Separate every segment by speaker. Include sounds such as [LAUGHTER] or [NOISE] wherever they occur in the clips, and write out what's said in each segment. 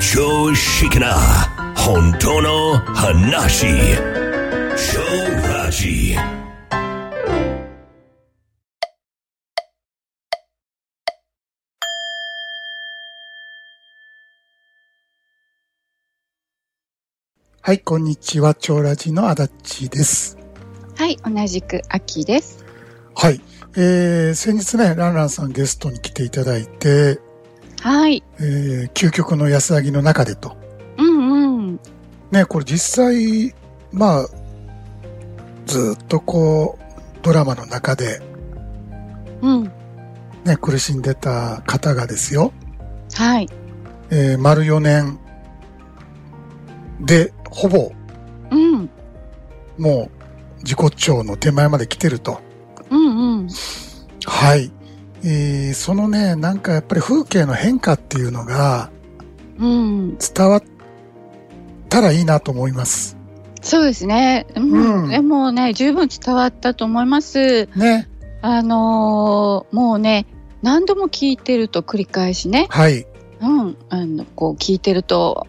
Speaker 1: 常識な本当の話超ラジ
Speaker 2: はい、こんにちは。超ラジの足立です。
Speaker 3: はい、同じく秋です。
Speaker 2: はい。えー、先日ね、ランランさんゲストに来ていただいて、
Speaker 3: はい、
Speaker 2: えー、究極の安上げの中でと。
Speaker 3: うんうん、
Speaker 2: ね、これ実際、まあ、ずっとこう、ドラマの中で
Speaker 3: うん、
Speaker 2: ね、苦しんでた方がですよ、
Speaker 3: はい、
Speaker 2: えー、丸4年で、ほぼ
Speaker 3: うん、
Speaker 2: もう自己調の手前まで来てると。
Speaker 3: うんうん、
Speaker 2: はい。えーそのね、なんかやっぱり風景の変化っていうのが
Speaker 3: うん、
Speaker 2: 伝わったらいいなと思います。
Speaker 3: そうですね。う
Speaker 2: うん
Speaker 3: ん、でもね、十分伝わったと思います。
Speaker 2: ね。
Speaker 3: あのーもうね、何度も聞いてると繰り返しね、
Speaker 2: はい。
Speaker 3: うん、あの、こう聞いてると、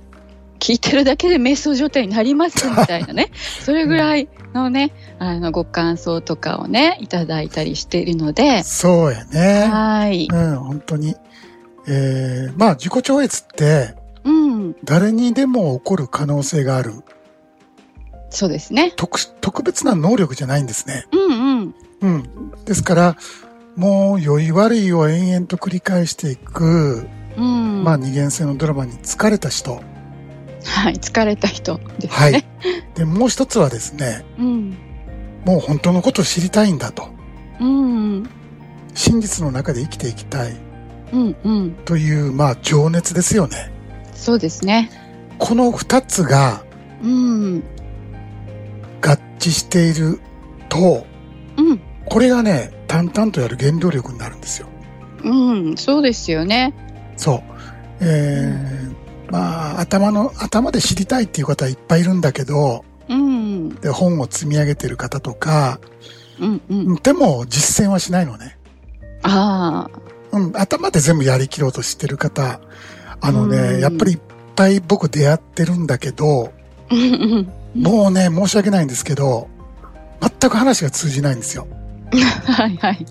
Speaker 3: 聞いてるだけで瞑想状態になりますみたい
Speaker 2: [LAUGHS]
Speaker 3: なね、それぐらいのね、あの、ご感想とかをね、いただいたりしているので、
Speaker 2: そうやね。
Speaker 3: はい、
Speaker 2: うん、本当に。えーまあ自己超越って
Speaker 3: うん、
Speaker 2: 誰にでも起こる可能性がある
Speaker 3: そうですね。
Speaker 2: 特殊特別な能力じゃないんですね。
Speaker 3: うんうん。
Speaker 2: うん。ですから、もう良い悪いを延々と繰り返していく、
Speaker 3: うん、
Speaker 2: まあ二元性のドラマに疲れた人。
Speaker 3: はい、疲れた人ですね。
Speaker 2: はい。で、もう一つはですね、
Speaker 3: うん、
Speaker 2: もう本当のことを知りたいんだと。
Speaker 3: うん、
Speaker 2: 真実の中で生きていきたい
Speaker 3: うん、うん、
Speaker 2: という、まあ、情熱ですよね。
Speaker 3: そうですね。
Speaker 2: この二つが
Speaker 3: うん、
Speaker 2: 合致していると、
Speaker 3: うん、
Speaker 2: これがね、淡々とやる原動力になるんですよ。
Speaker 3: うん、そうですよね。
Speaker 2: そう。えー、まあ、頭の、頭で知りたいっていう方はいっぱいいるんだけど、
Speaker 3: うん、うん、
Speaker 2: で本を積み上げてる方とか、
Speaker 3: うん、
Speaker 2: でも実践はしないのね。
Speaker 3: あ [LAUGHS] あ、
Speaker 2: うん、頭で全部やりきろうとしてる方、あの
Speaker 3: う
Speaker 2: ね、
Speaker 3: ん
Speaker 2: やっぱりいっぱい僕出会ってるんだけど、
Speaker 3: うん、うん、
Speaker 2: もうね、申し訳ないんですけど、全く話が通じないんですよ。
Speaker 3: はい、はい。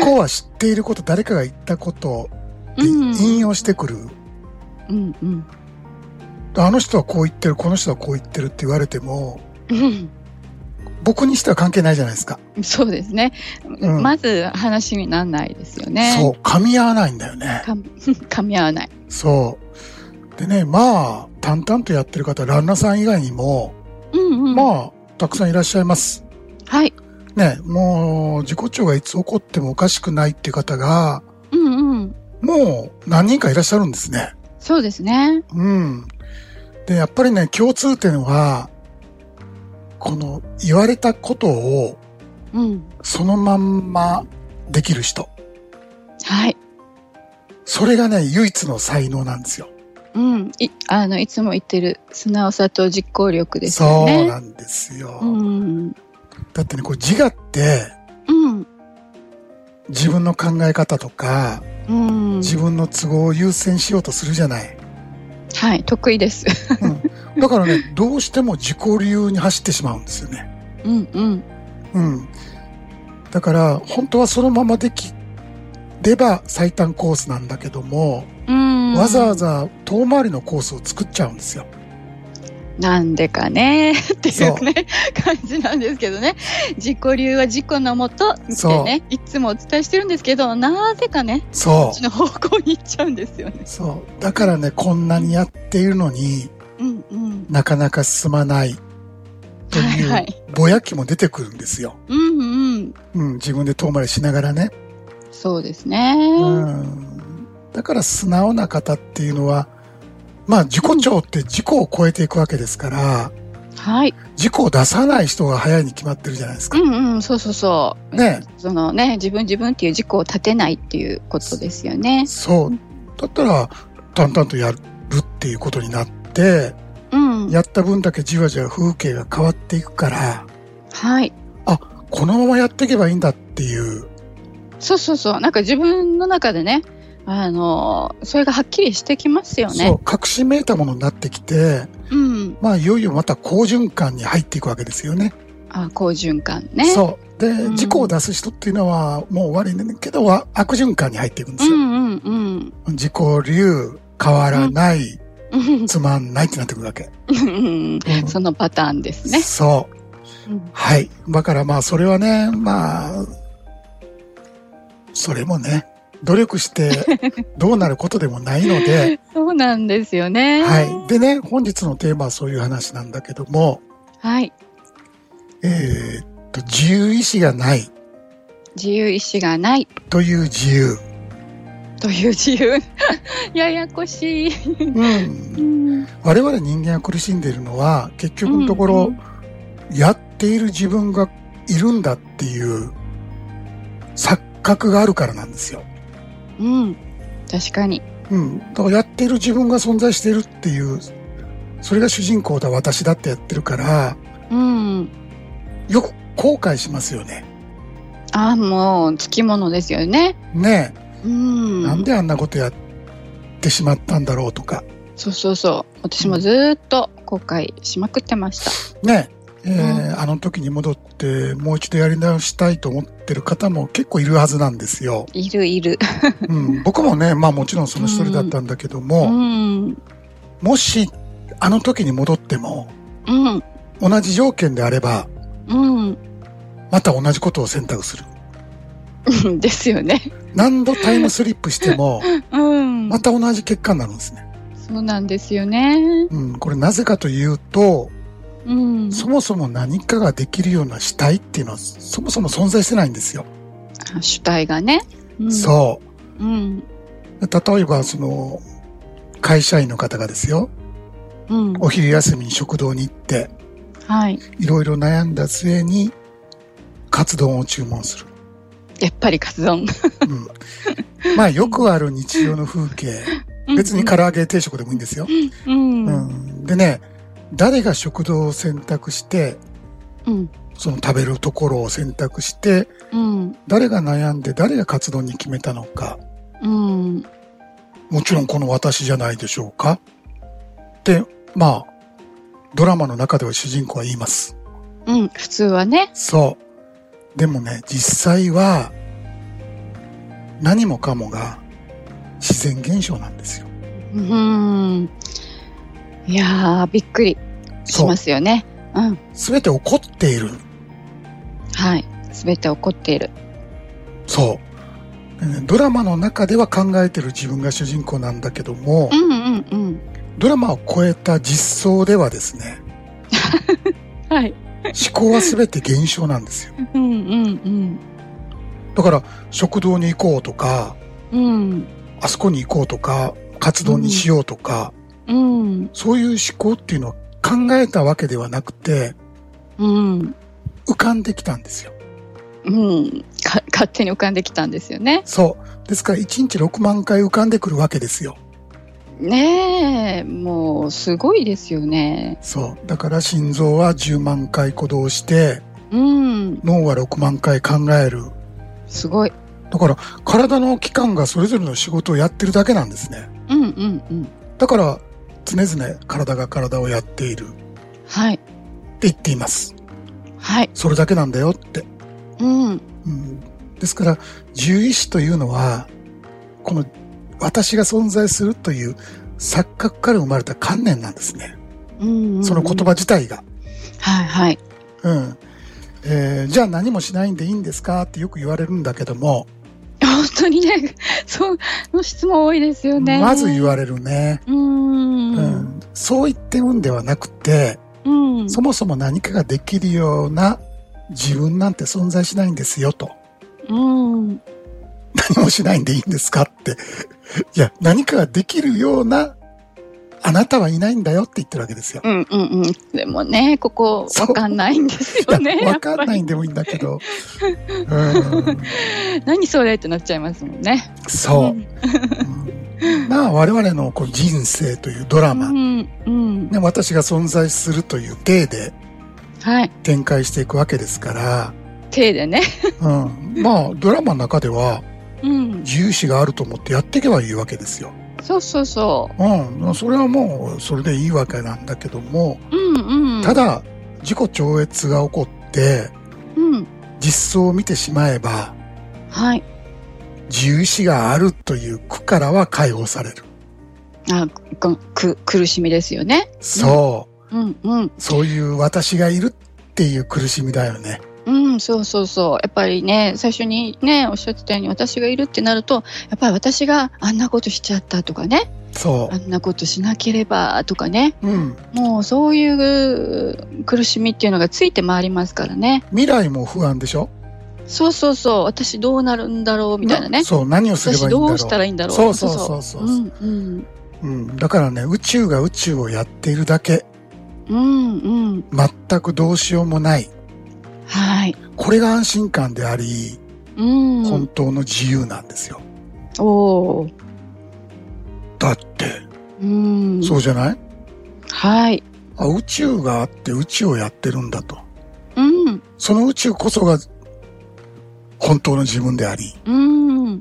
Speaker 2: 向こうは知っていること、誰かが言ったことで
Speaker 3: うん、
Speaker 2: 引用してくる。
Speaker 3: うん、うん、
Speaker 2: あの人はこう言ってる、この人はこう言ってるって言われても、
Speaker 3: う
Speaker 2: 僕にしては関係ないじゃないですか。
Speaker 3: ん、そうですね。
Speaker 2: ん
Speaker 3: まず話にならないですよね。
Speaker 2: そう、噛み合わないんだよね。
Speaker 3: か噛み合わない。
Speaker 2: そう。でね、まあ、淡々とやってる方、ランナさん以外にも、
Speaker 3: うん、うん、
Speaker 2: まあ、たくさんいらっしゃいます。
Speaker 3: はい、
Speaker 2: ね、もう、自己調がいつ起こってもおかしくないっていう方が、
Speaker 3: うん、うん、
Speaker 2: もう何人かいらっしゃるんですね。
Speaker 3: そうですね。
Speaker 2: うん。で、やっぱりね、共通点は、この、言われたことを、
Speaker 3: うん、
Speaker 2: そのまんまできる人。
Speaker 3: はい。
Speaker 2: それがね、唯一の才能なんですよ。
Speaker 3: うん、いあのいつも言ってる素直さと実行力です
Speaker 2: そ
Speaker 3: よ
Speaker 2: う
Speaker 3: ね。
Speaker 2: なんですよ。
Speaker 3: うん、
Speaker 2: だってね、こう自我って、
Speaker 3: うん、
Speaker 2: 自分の考え方とか、
Speaker 3: うん、
Speaker 2: 自分の都合を優先しようとするじゃ
Speaker 3: [LAUGHS]
Speaker 2: ない。
Speaker 3: はい、得意です。
Speaker 2: だからね、どうしても自己流に走ってしまうんですよね。
Speaker 3: うん、うん、
Speaker 2: うん。だから、本当はそのままできれば最短コースなんだけども、
Speaker 3: うん、
Speaker 2: わざわ。ざ遠回りのコースを作っちゃうんですよ。
Speaker 3: なんでかねってい
Speaker 2: そう
Speaker 3: うね感じなんですけどね。自己流は自己のもとってね、いつもお伝えしてるんですけど、なぜかね、こ
Speaker 2: そ
Speaker 3: っちの方向に行っちゃうんですよね
Speaker 2: う。。そう。だからね、こんなにやっているのに
Speaker 3: うん、うん、
Speaker 2: なかなか進まないと
Speaker 3: はい、
Speaker 2: い
Speaker 3: は
Speaker 2: う
Speaker 3: い、
Speaker 2: ぼやきも出てくるんですよ。
Speaker 3: うん、うん、
Speaker 2: うん、自分で遠回りしながらね。
Speaker 3: そうですね。
Speaker 2: うん。だから素直な方っていうのは、まあ自己調って自己を超えていくわけですから、
Speaker 3: はい、
Speaker 2: 自己を出さない人が早いに決まってるじゃないです
Speaker 3: う
Speaker 2: か。
Speaker 3: ん、うん、そう、そう、そう。
Speaker 2: ね
Speaker 3: そのね、自分自分っていう自己を立てないっていうことですよね。
Speaker 2: そう。だったら、淡々とやるっていうことになって、
Speaker 3: うん。
Speaker 2: やった分だけじわじわ風景が変わっていくから、
Speaker 3: はい。
Speaker 2: このままやっていけばいいんだっていう、
Speaker 3: そうそうそう。なんか自分の中でね、あのそれがはっきりしてきますよ
Speaker 2: そ
Speaker 3: ね
Speaker 2: う、。確信めいたものになってきて、
Speaker 3: うん。
Speaker 2: まあ、いよいよまた好循環に入っていくわけですよね。
Speaker 3: あ好循環ね。
Speaker 2: そう。で、
Speaker 3: ん
Speaker 2: 事故を出す人っていうのは、もう悪いねんだけど、わ悪循環に入っていくんです
Speaker 3: う
Speaker 2: よ。
Speaker 3: んうん
Speaker 2: 自己流、変わらない、
Speaker 3: うん。
Speaker 2: つまんないってなってくるわけ。
Speaker 3: うん
Speaker 2: うん
Speaker 3: [LAUGHS] そのパターンですね。
Speaker 2: そう。
Speaker 3: うん
Speaker 2: はい。だからまあ、それはね、まあ、それもね、努力してどうなることでもないので、
Speaker 3: そうなんですよね。
Speaker 2: はい。でね、本日のテーマはそういう話なんだけども、
Speaker 3: はい。
Speaker 2: えーっと、自由意志がない
Speaker 3: 自由意志がない
Speaker 2: という自由。
Speaker 3: という自由。 [LAUGHS] ややこしい。
Speaker 2: うん
Speaker 3: う。ん
Speaker 2: 我々人間が苦しんでいるのは、結局のところ、やっている自分がいるんだっていう錯覚があるからなんですよ。
Speaker 3: うん、うん確かに。
Speaker 2: うん。だからやっている自分が存在しているっていう、それが主人公だ、私だってやってるから、
Speaker 3: うん。
Speaker 2: よく後悔しますよね。
Speaker 3: あもうつきものですよね。
Speaker 2: ね
Speaker 3: う
Speaker 2: え、
Speaker 3: ん。
Speaker 2: なんであんなことやってしまったんだろうとか、
Speaker 3: そうそうそう。私もずーっと後悔しまくってました。
Speaker 2: ねえ、えーあの時に戻ってもう一度やり直したいと思ってる方も結構いるはずなんですよ。
Speaker 3: いるいる。 [LAUGHS]
Speaker 2: うん、僕もね、まあもちろんその一人だったんだけども、
Speaker 3: うん。
Speaker 2: もし、あの時に戻っても、
Speaker 3: うん。
Speaker 2: 同じ条件であれば、
Speaker 3: うん。
Speaker 2: また同じことを選択する。
Speaker 3: うん [LAUGHS] ですよね。
Speaker 2: 何度タイムスリップしても、
Speaker 3: うん。
Speaker 2: また同じ結果になるんですね。
Speaker 3: そうなんですよね。
Speaker 2: うん、これなぜかというと、
Speaker 3: うん。
Speaker 2: そもそも何かができるような主体っていうのは、そもそも存在してないんですよ。
Speaker 3: 主体がね。うん、。
Speaker 2: そう
Speaker 3: うん。
Speaker 2: う。例えば、その、会社員の方がですよ、
Speaker 3: うん。
Speaker 2: お昼休みに食堂に行って、
Speaker 3: はい。
Speaker 2: いろいろ悩んだ末に、カツ丼を注文する。
Speaker 3: やっぱりカツ丼。
Speaker 2: うん、まあ、よくある日常の風景。別に唐揚げ定食でもいいんですよ。
Speaker 3: うん。う。
Speaker 2: うんん、でね、誰が食堂を選択して、
Speaker 3: うん。
Speaker 2: その食べるところを選択して、
Speaker 3: うん。
Speaker 2: 誰が悩んで誰がカツ丼に決めたのか、
Speaker 3: うん。
Speaker 2: もちろんこの私じゃないでしょうかって、まあ、ドラマの中では主人公は言います。
Speaker 3: うん。普通はね。
Speaker 2: そう。でもね、実際は、何もかもが自然現象なんですよ。
Speaker 3: うん。いやー、びっくりし
Speaker 2: そう
Speaker 3: ま。すよね。うん。
Speaker 2: すべて起こっている
Speaker 3: はい。すべて起こっている。
Speaker 2: そう。でねドラマの中では考えてる自分が主人公なんだけども
Speaker 3: う、んうんうん。
Speaker 2: ドラマを超えた実装ではですね、
Speaker 3: はい。
Speaker 2: 思考は全て現象なんですよ。
Speaker 3: うんうん
Speaker 2: だから、食堂に行こうとか、
Speaker 3: うん。
Speaker 2: あそこに行こうとか、活動にしようとか、
Speaker 3: うん。うん。
Speaker 2: そういう思考っていうのは考えたわけではなくて、
Speaker 3: うん。
Speaker 2: 浮かんできたんですよ。
Speaker 3: うん。か、勝手に浮かんできたんですよね。
Speaker 2: そう。ですから、1日6万回浮かんでくるわけですよ。
Speaker 3: ねえ、もう、すごいですよね。
Speaker 2: そう。だから、心臓は10万回鼓動して、
Speaker 3: うん。
Speaker 2: 脳は6万回考える。
Speaker 3: すごい。
Speaker 2: だから体の器官がそれぞれの仕事をやってるだけなんですね。
Speaker 3: うんうんうん。
Speaker 2: だから常々体が体をやっているって
Speaker 3: はい。
Speaker 2: 言っています。
Speaker 3: はい。
Speaker 2: それだけなんだよって。
Speaker 3: うん。
Speaker 2: うん、ですから自由意志というのはこの私が存在するという錯覚から生まれた観念なんですね。
Speaker 3: うん、うん。
Speaker 2: その言。葉自体が。
Speaker 3: はいはい。
Speaker 2: うんえーじゃあ何もしないんでいいんですかってよく言われるんだけども、
Speaker 3: 本当にね、 [LAUGHS] そう、の質問多いですよね。
Speaker 2: まず言わ
Speaker 3: れ。
Speaker 2: れるね、
Speaker 3: うん。
Speaker 2: う
Speaker 3: うん。
Speaker 2: ん。そう言ってるんではなくて、
Speaker 3: うん。
Speaker 2: そもそも何かができるような自分なんて存在しないんですよと。 [LAUGHS]
Speaker 3: うん。
Speaker 2: 何もしないんでいいんですかって。 [LAUGHS] いや、何かができるようなあなたはいないんだよって言ってるわけですよ。
Speaker 3: うんうんうん。でもね、ここ、わかんないんですよね。。
Speaker 2: いやわかんないいんでもいいんだけ
Speaker 3: [LAUGHS]
Speaker 2: ど。うん、
Speaker 3: 何それってなっちゃいますもんね。
Speaker 2: そうう。
Speaker 3: [LAUGHS] ん
Speaker 2: うんまあ、我々のこう人生というドラマ、
Speaker 3: う
Speaker 2: ね、
Speaker 3: ん、うん。
Speaker 2: 私が存在するという体で
Speaker 3: はい。
Speaker 2: 展
Speaker 3: [LAUGHS]
Speaker 2: 開していくわけですから、
Speaker 3: 手でね。
Speaker 2: うん、まあ、ドラマの中では、
Speaker 3: うん、
Speaker 2: 自由視があると思ってやっていけばいいわけですよ。
Speaker 3: そうそうそ
Speaker 2: うん、それはもうそれでいいわけなんだけども、
Speaker 3: う。うんうん。
Speaker 2: た、だ自己超越が起こって
Speaker 3: うん。
Speaker 2: 実相を見てしまえば
Speaker 3: はい。
Speaker 2: 自由視があるという苦からは解放される。
Speaker 3: あ、こく、苦しみですよね。
Speaker 2: そう。
Speaker 3: うんうん。
Speaker 2: そういう私がいるっていう苦しみだよね。
Speaker 3: うん、そうそうそう。やっぱりね、最初にね、おっしゃってたように、私がいるってなると、やっぱり私があんなことしちゃったとかね、
Speaker 2: そ
Speaker 3: あんなことしなければとかね、
Speaker 2: う。うん。
Speaker 3: もうそういう苦しみっていうのがついて回りますからね。
Speaker 2: 未来も不安でしょ
Speaker 3: そうそうそう。私どうなるんだろうみたいなね
Speaker 2: な。そう、何をすればいいん
Speaker 3: 私
Speaker 2: だろう。
Speaker 3: どうしたらいいんだろう。
Speaker 2: そうそうそうそう
Speaker 3: う。んうん。
Speaker 2: うん。だからね、宇宙が宇宙をやっているだけ、
Speaker 3: うんうん。
Speaker 2: 全くどうしようもない。
Speaker 3: はい。
Speaker 2: これが安心感であり、
Speaker 3: うん。
Speaker 2: 本当の自由なんですよ。
Speaker 3: おー
Speaker 2: だって、
Speaker 3: うん。
Speaker 2: そうじゃない
Speaker 3: はい。
Speaker 2: あ宇宙があって宇宙をやってるんだと。
Speaker 3: うん。
Speaker 2: その宇宙こそが本当の自分であり、
Speaker 3: うん。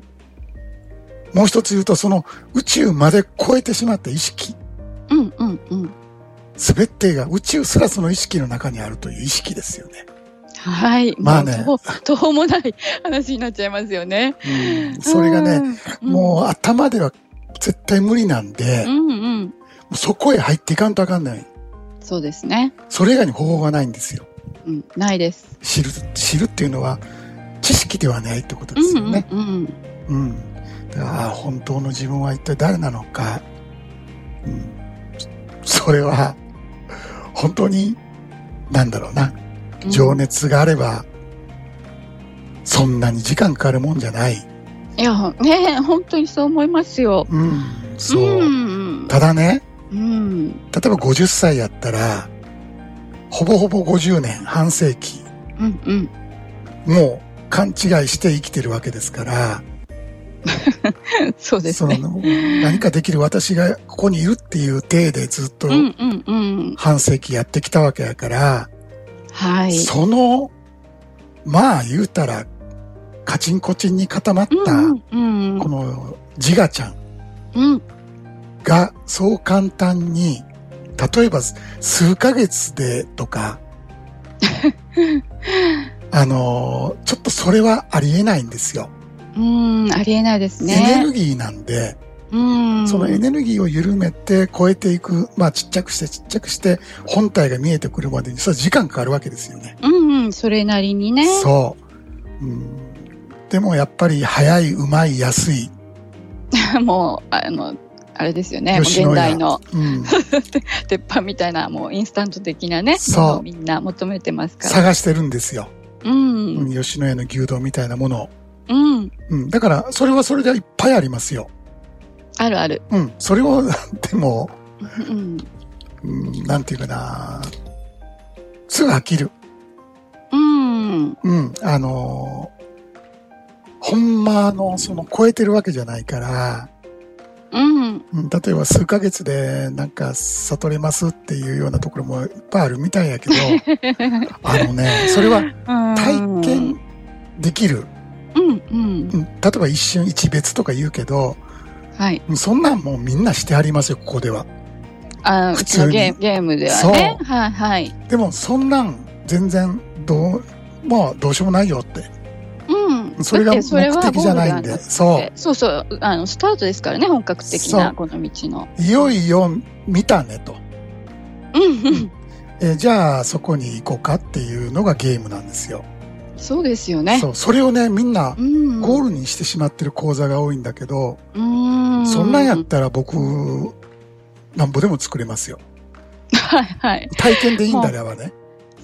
Speaker 2: もう一つ言うとその宇宙まで超えてしまった意識、
Speaker 3: うんうんうん。
Speaker 2: すべてが宇宙すらその意識の中にあるという意識ですよね。
Speaker 3: はい。
Speaker 2: まあね
Speaker 3: もう途方 [LAUGHS] もない話になっちゃいますよね。
Speaker 2: うん、それがね、
Speaker 3: うん、
Speaker 2: もう頭では絶対無理なんで、
Speaker 3: うんうん。
Speaker 2: そこへ入っていかんとあかんない。
Speaker 3: そうですね。
Speaker 2: それ以外に方法がないんですよ。
Speaker 3: うん。ないです。
Speaker 2: 知る、知るっていうのは知識ではないってこと
Speaker 3: う
Speaker 2: です
Speaker 3: ん
Speaker 2: よね。
Speaker 3: うんうん。
Speaker 2: うん、だから、本当の自分は一体誰なのか。うん、そそれは、本当に、なんだろうな。
Speaker 3: うん
Speaker 2: 情熱があれば、そんなに時間かかるもんじゃない。
Speaker 3: いや、ね本当にそう思いますよ。
Speaker 2: うん、そう。
Speaker 3: うん
Speaker 2: ただね、
Speaker 3: うん。
Speaker 2: 例えば50歳やったら、ほぼほぼ50年、半世紀、
Speaker 3: うんうん。 [LAUGHS]
Speaker 2: もう勘違いして生きてるわけですから、
Speaker 3: そうです
Speaker 2: そ
Speaker 3: ね。
Speaker 2: の何かできる私がここにいるっていう体でずっと
Speaker 3: うんうんうん。
Speaker 2: 半世紀やってきたわけやから、
Speaker 3: はい。
Speaker 2: その、まあ言うたら、カチンコチンに固まっ
Speaker 3: うん
Speaker 2: た、
Speaker 3: うん
Speaker 2: このジガちゃん
Speaker 3: うん。うん。
Speaker 2: がそう簡単に、例えば数ヶ月でと
Speaker 3: [LAUGHS]
Speaker 2: か、あのーちょっとそれはありえないんですよ。
Speaker 3: うん。ありえないです
Speaker 2: エネ
Speaker 3: ね。
Speaker 2: ルギーなんで、
Speaker 3: うん。
Speaker 2: そのエネルギーを緩めて超えていく、まあちっちゃくしてちっちゃくして本体が見えてくるまでに、それは時間かかるわけですよね。
Speaker 3: うんうん。それなりにね。
Speaker 2: そう。うん、でもやっぱり早い、うまい、安い、
Speaker 3: [LAUGHS] もう、あの、あれですよね。もう
Speaker 2: 吉野家
Speaker 3: 現代の [LAUGHS]
Speaker 2: うん、
Speaker 3: 鉄板みたいな、もうインスタント的なね。
Speaker 2: そう
Speaker 3: もみんな求めてますから。
Speaker 2: 探してるんですよ。
Speaker 3: うん。
Speaker 2: うん、吉野家の牛丼みたいなものを。
Speaker 3: うん。
Speaker 2: うん、だから、それはそれでいっぱいありますよ。
Speaker 3: あるある。
Speaker 2: うん、それを、 [LAUGHS] でも、
Speaker 3: うん。
Speaker 2: うん、なんていうかな、すぐ飽きる。
Speaker 3: うん。
Speaker 2: うん、あのーほんまの、その、超えてるわけじゃないから、
Speaker 3: うん。
Speaker 2: うん、例えば数ヶ月で、なんか、悟れますっていうようなところもいっぱいあるみたいや
Speaker 3: [LAUGHS]
Speaker 2: けど、あのね、それは体験できる。
Speaker 3: うん。うん
Speaker 2: う。ん、例えば一瞬一別とか言うけど、
Speaker 3: はい。
Speaker 2: うんそんなんもうみんなしてありますよ、ここでは。
Speaker 3: あ
Speaker 2: 普通
Speaker 3: うち
Speaker 2: に
Speaker 3: のゲームゲームではね。
Speaker 2: そ
Speaker 3: はいはい。
Speaker 2: でも、そんなん、全然、どう、まあ、どうしようもないよって。
Speaker 3: うん。
Speaker 2: それが
Speaker 3: だ
Speaker 2: 目
Speaker 3: ってそれは
Speaker 2: 的じゃないん
Speaker 3: ゴールがあ
Speaker 2: で。
Speaker 3: っ
Speaker 2: そ
Speaker 3: てそうそう。あの、スタートですからね、本格的
Speaker 2: そ
Speaker 3: な
Speaker 2: う
Speaker 3: この道の。
Speaker 2: う。いよいよ見たねと。
Speaker 3: うんうん。
Speaker 2: えーじゃあそこに行こうかっていうのがゲームなんですよ。
Speaker 3: そうですよね。
Speaker 2: そう。それをね、みんな
Speaker 3: うん。
Speaker 2: ゴールにしてしまってる講座が多いんだけど、
Speaker 3: うん。
Speaker 2: そんなんやったら僕、なんぼでも作れますよ。
Speaker 3: [LAUGHS] はいはい。
Speaker 2: 体験でいいんだらばね。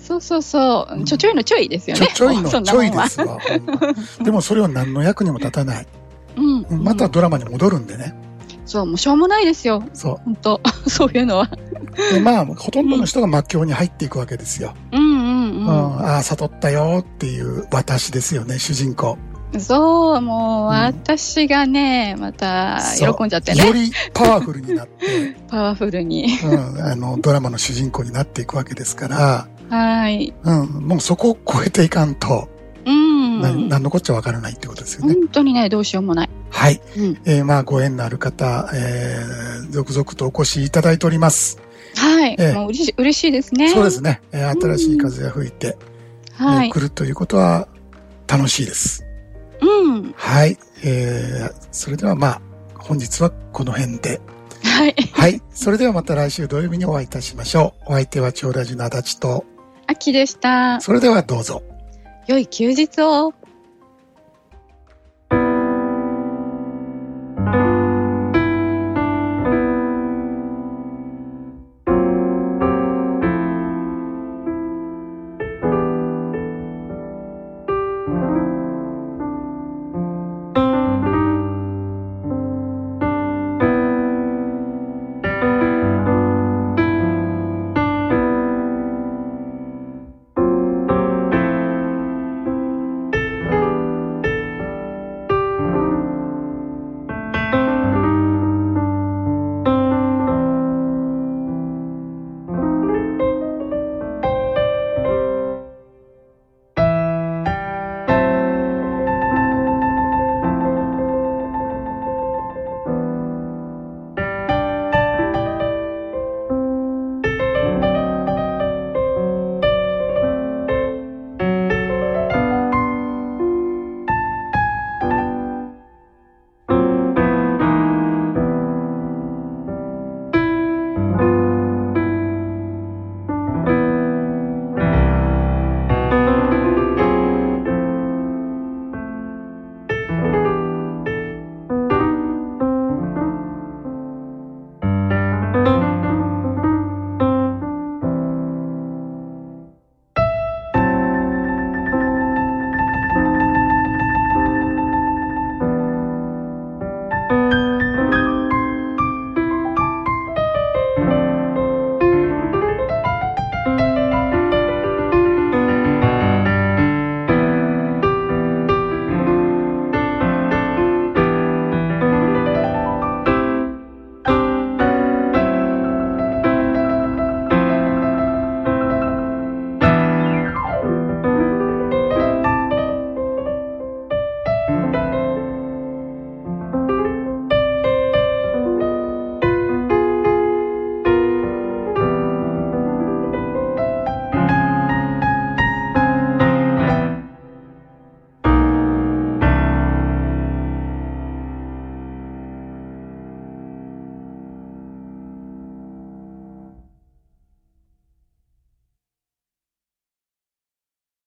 Speaker 3: そうそうそうう。
Speaker 2: ん
Speaker 3: ちょちょいのちょいですよ
Speaker 2: ちょ
Speaker 3: ね。
Speaker 2: ちょいの、
Speaker 3: [LAUGHS] そん
Speaker 2: ち
Speaker 3: なも
Speaker 2: ょ
Speaker 3: ん
Speaker 2: いで
Speaker 3: は
Speaker 2: すわ。ほん
Speaker 3: [LAUGHS]
Speaker 2: までもそれは何の役にも立たない。
Speaker 3: うんうん。
Speaker 2: またドラマに戻るんでね。
Speaker 3: そう、もうしょうもないですよ。
Speaker 2: そ
Speaker 3: 本当 [LAUGHS] そういうのは。
Speaker 2: う。で、まあ、ほとんどの人が魔境に入っていくわけですよ。
Speaker 3: うんうん
Speaker 2: うん、
Speaker 3: うん。
Speaker 2: ああ、悟ったよっていう私ですよね、主人公。
Speaker 3: そう、もう、
Speaker 2: うん
Speaker 3: 私がね、また、
Speaker 2: そう
Speaker 3: 喜んじゃって
Speaker 2: よ
Speaker 3: ね、
Speaker 2: りパワフルにな
Speaker 3: [LAUGHS]
Speaker 2: って、
Speaker 3: パワフルに。
Speaker 2: うん、あの、ドラマの主人公になっていくわけですから、
Speaker 3: はい。
Speaker 2: うん、もうそこを超えていかんと、
Speaker 3: うん。うん
Speaker 2: な何のこっちゃわからないってことですよね。
Speaker 3: 本当にね、どうしようもない。
Speaker 2: はい。
Speaker 3: うん、
Speaker 2: えーまあ、ご縁のある方、えー続々とお越しいただいております。
Speaker 3: はい、
Speaker 2: ええ
Speaker 3: もう嬉しい嬉しいですね。
Speaker 2: そうですね。えー新しい風が吹いて、
Speaker 3: は
Speaker 2: えー
Speaker 3: い。
Speaker 2: 来るということは楽しいです。
Speaker 3: うん。
Speaker 2: はい。えーそれではまあ、本日はこの辺 [LAUGHS] で。
Speaker 3: はい。 [LAUGHS]
Speaker 2: はい。それではまた来週土曜日にお会いいたしましょう。お相手は長ラジの足立と、
Speaker 3: 秋でした。
Speaker 2: それではどうぞ。
Speaker 3: 良い休日を。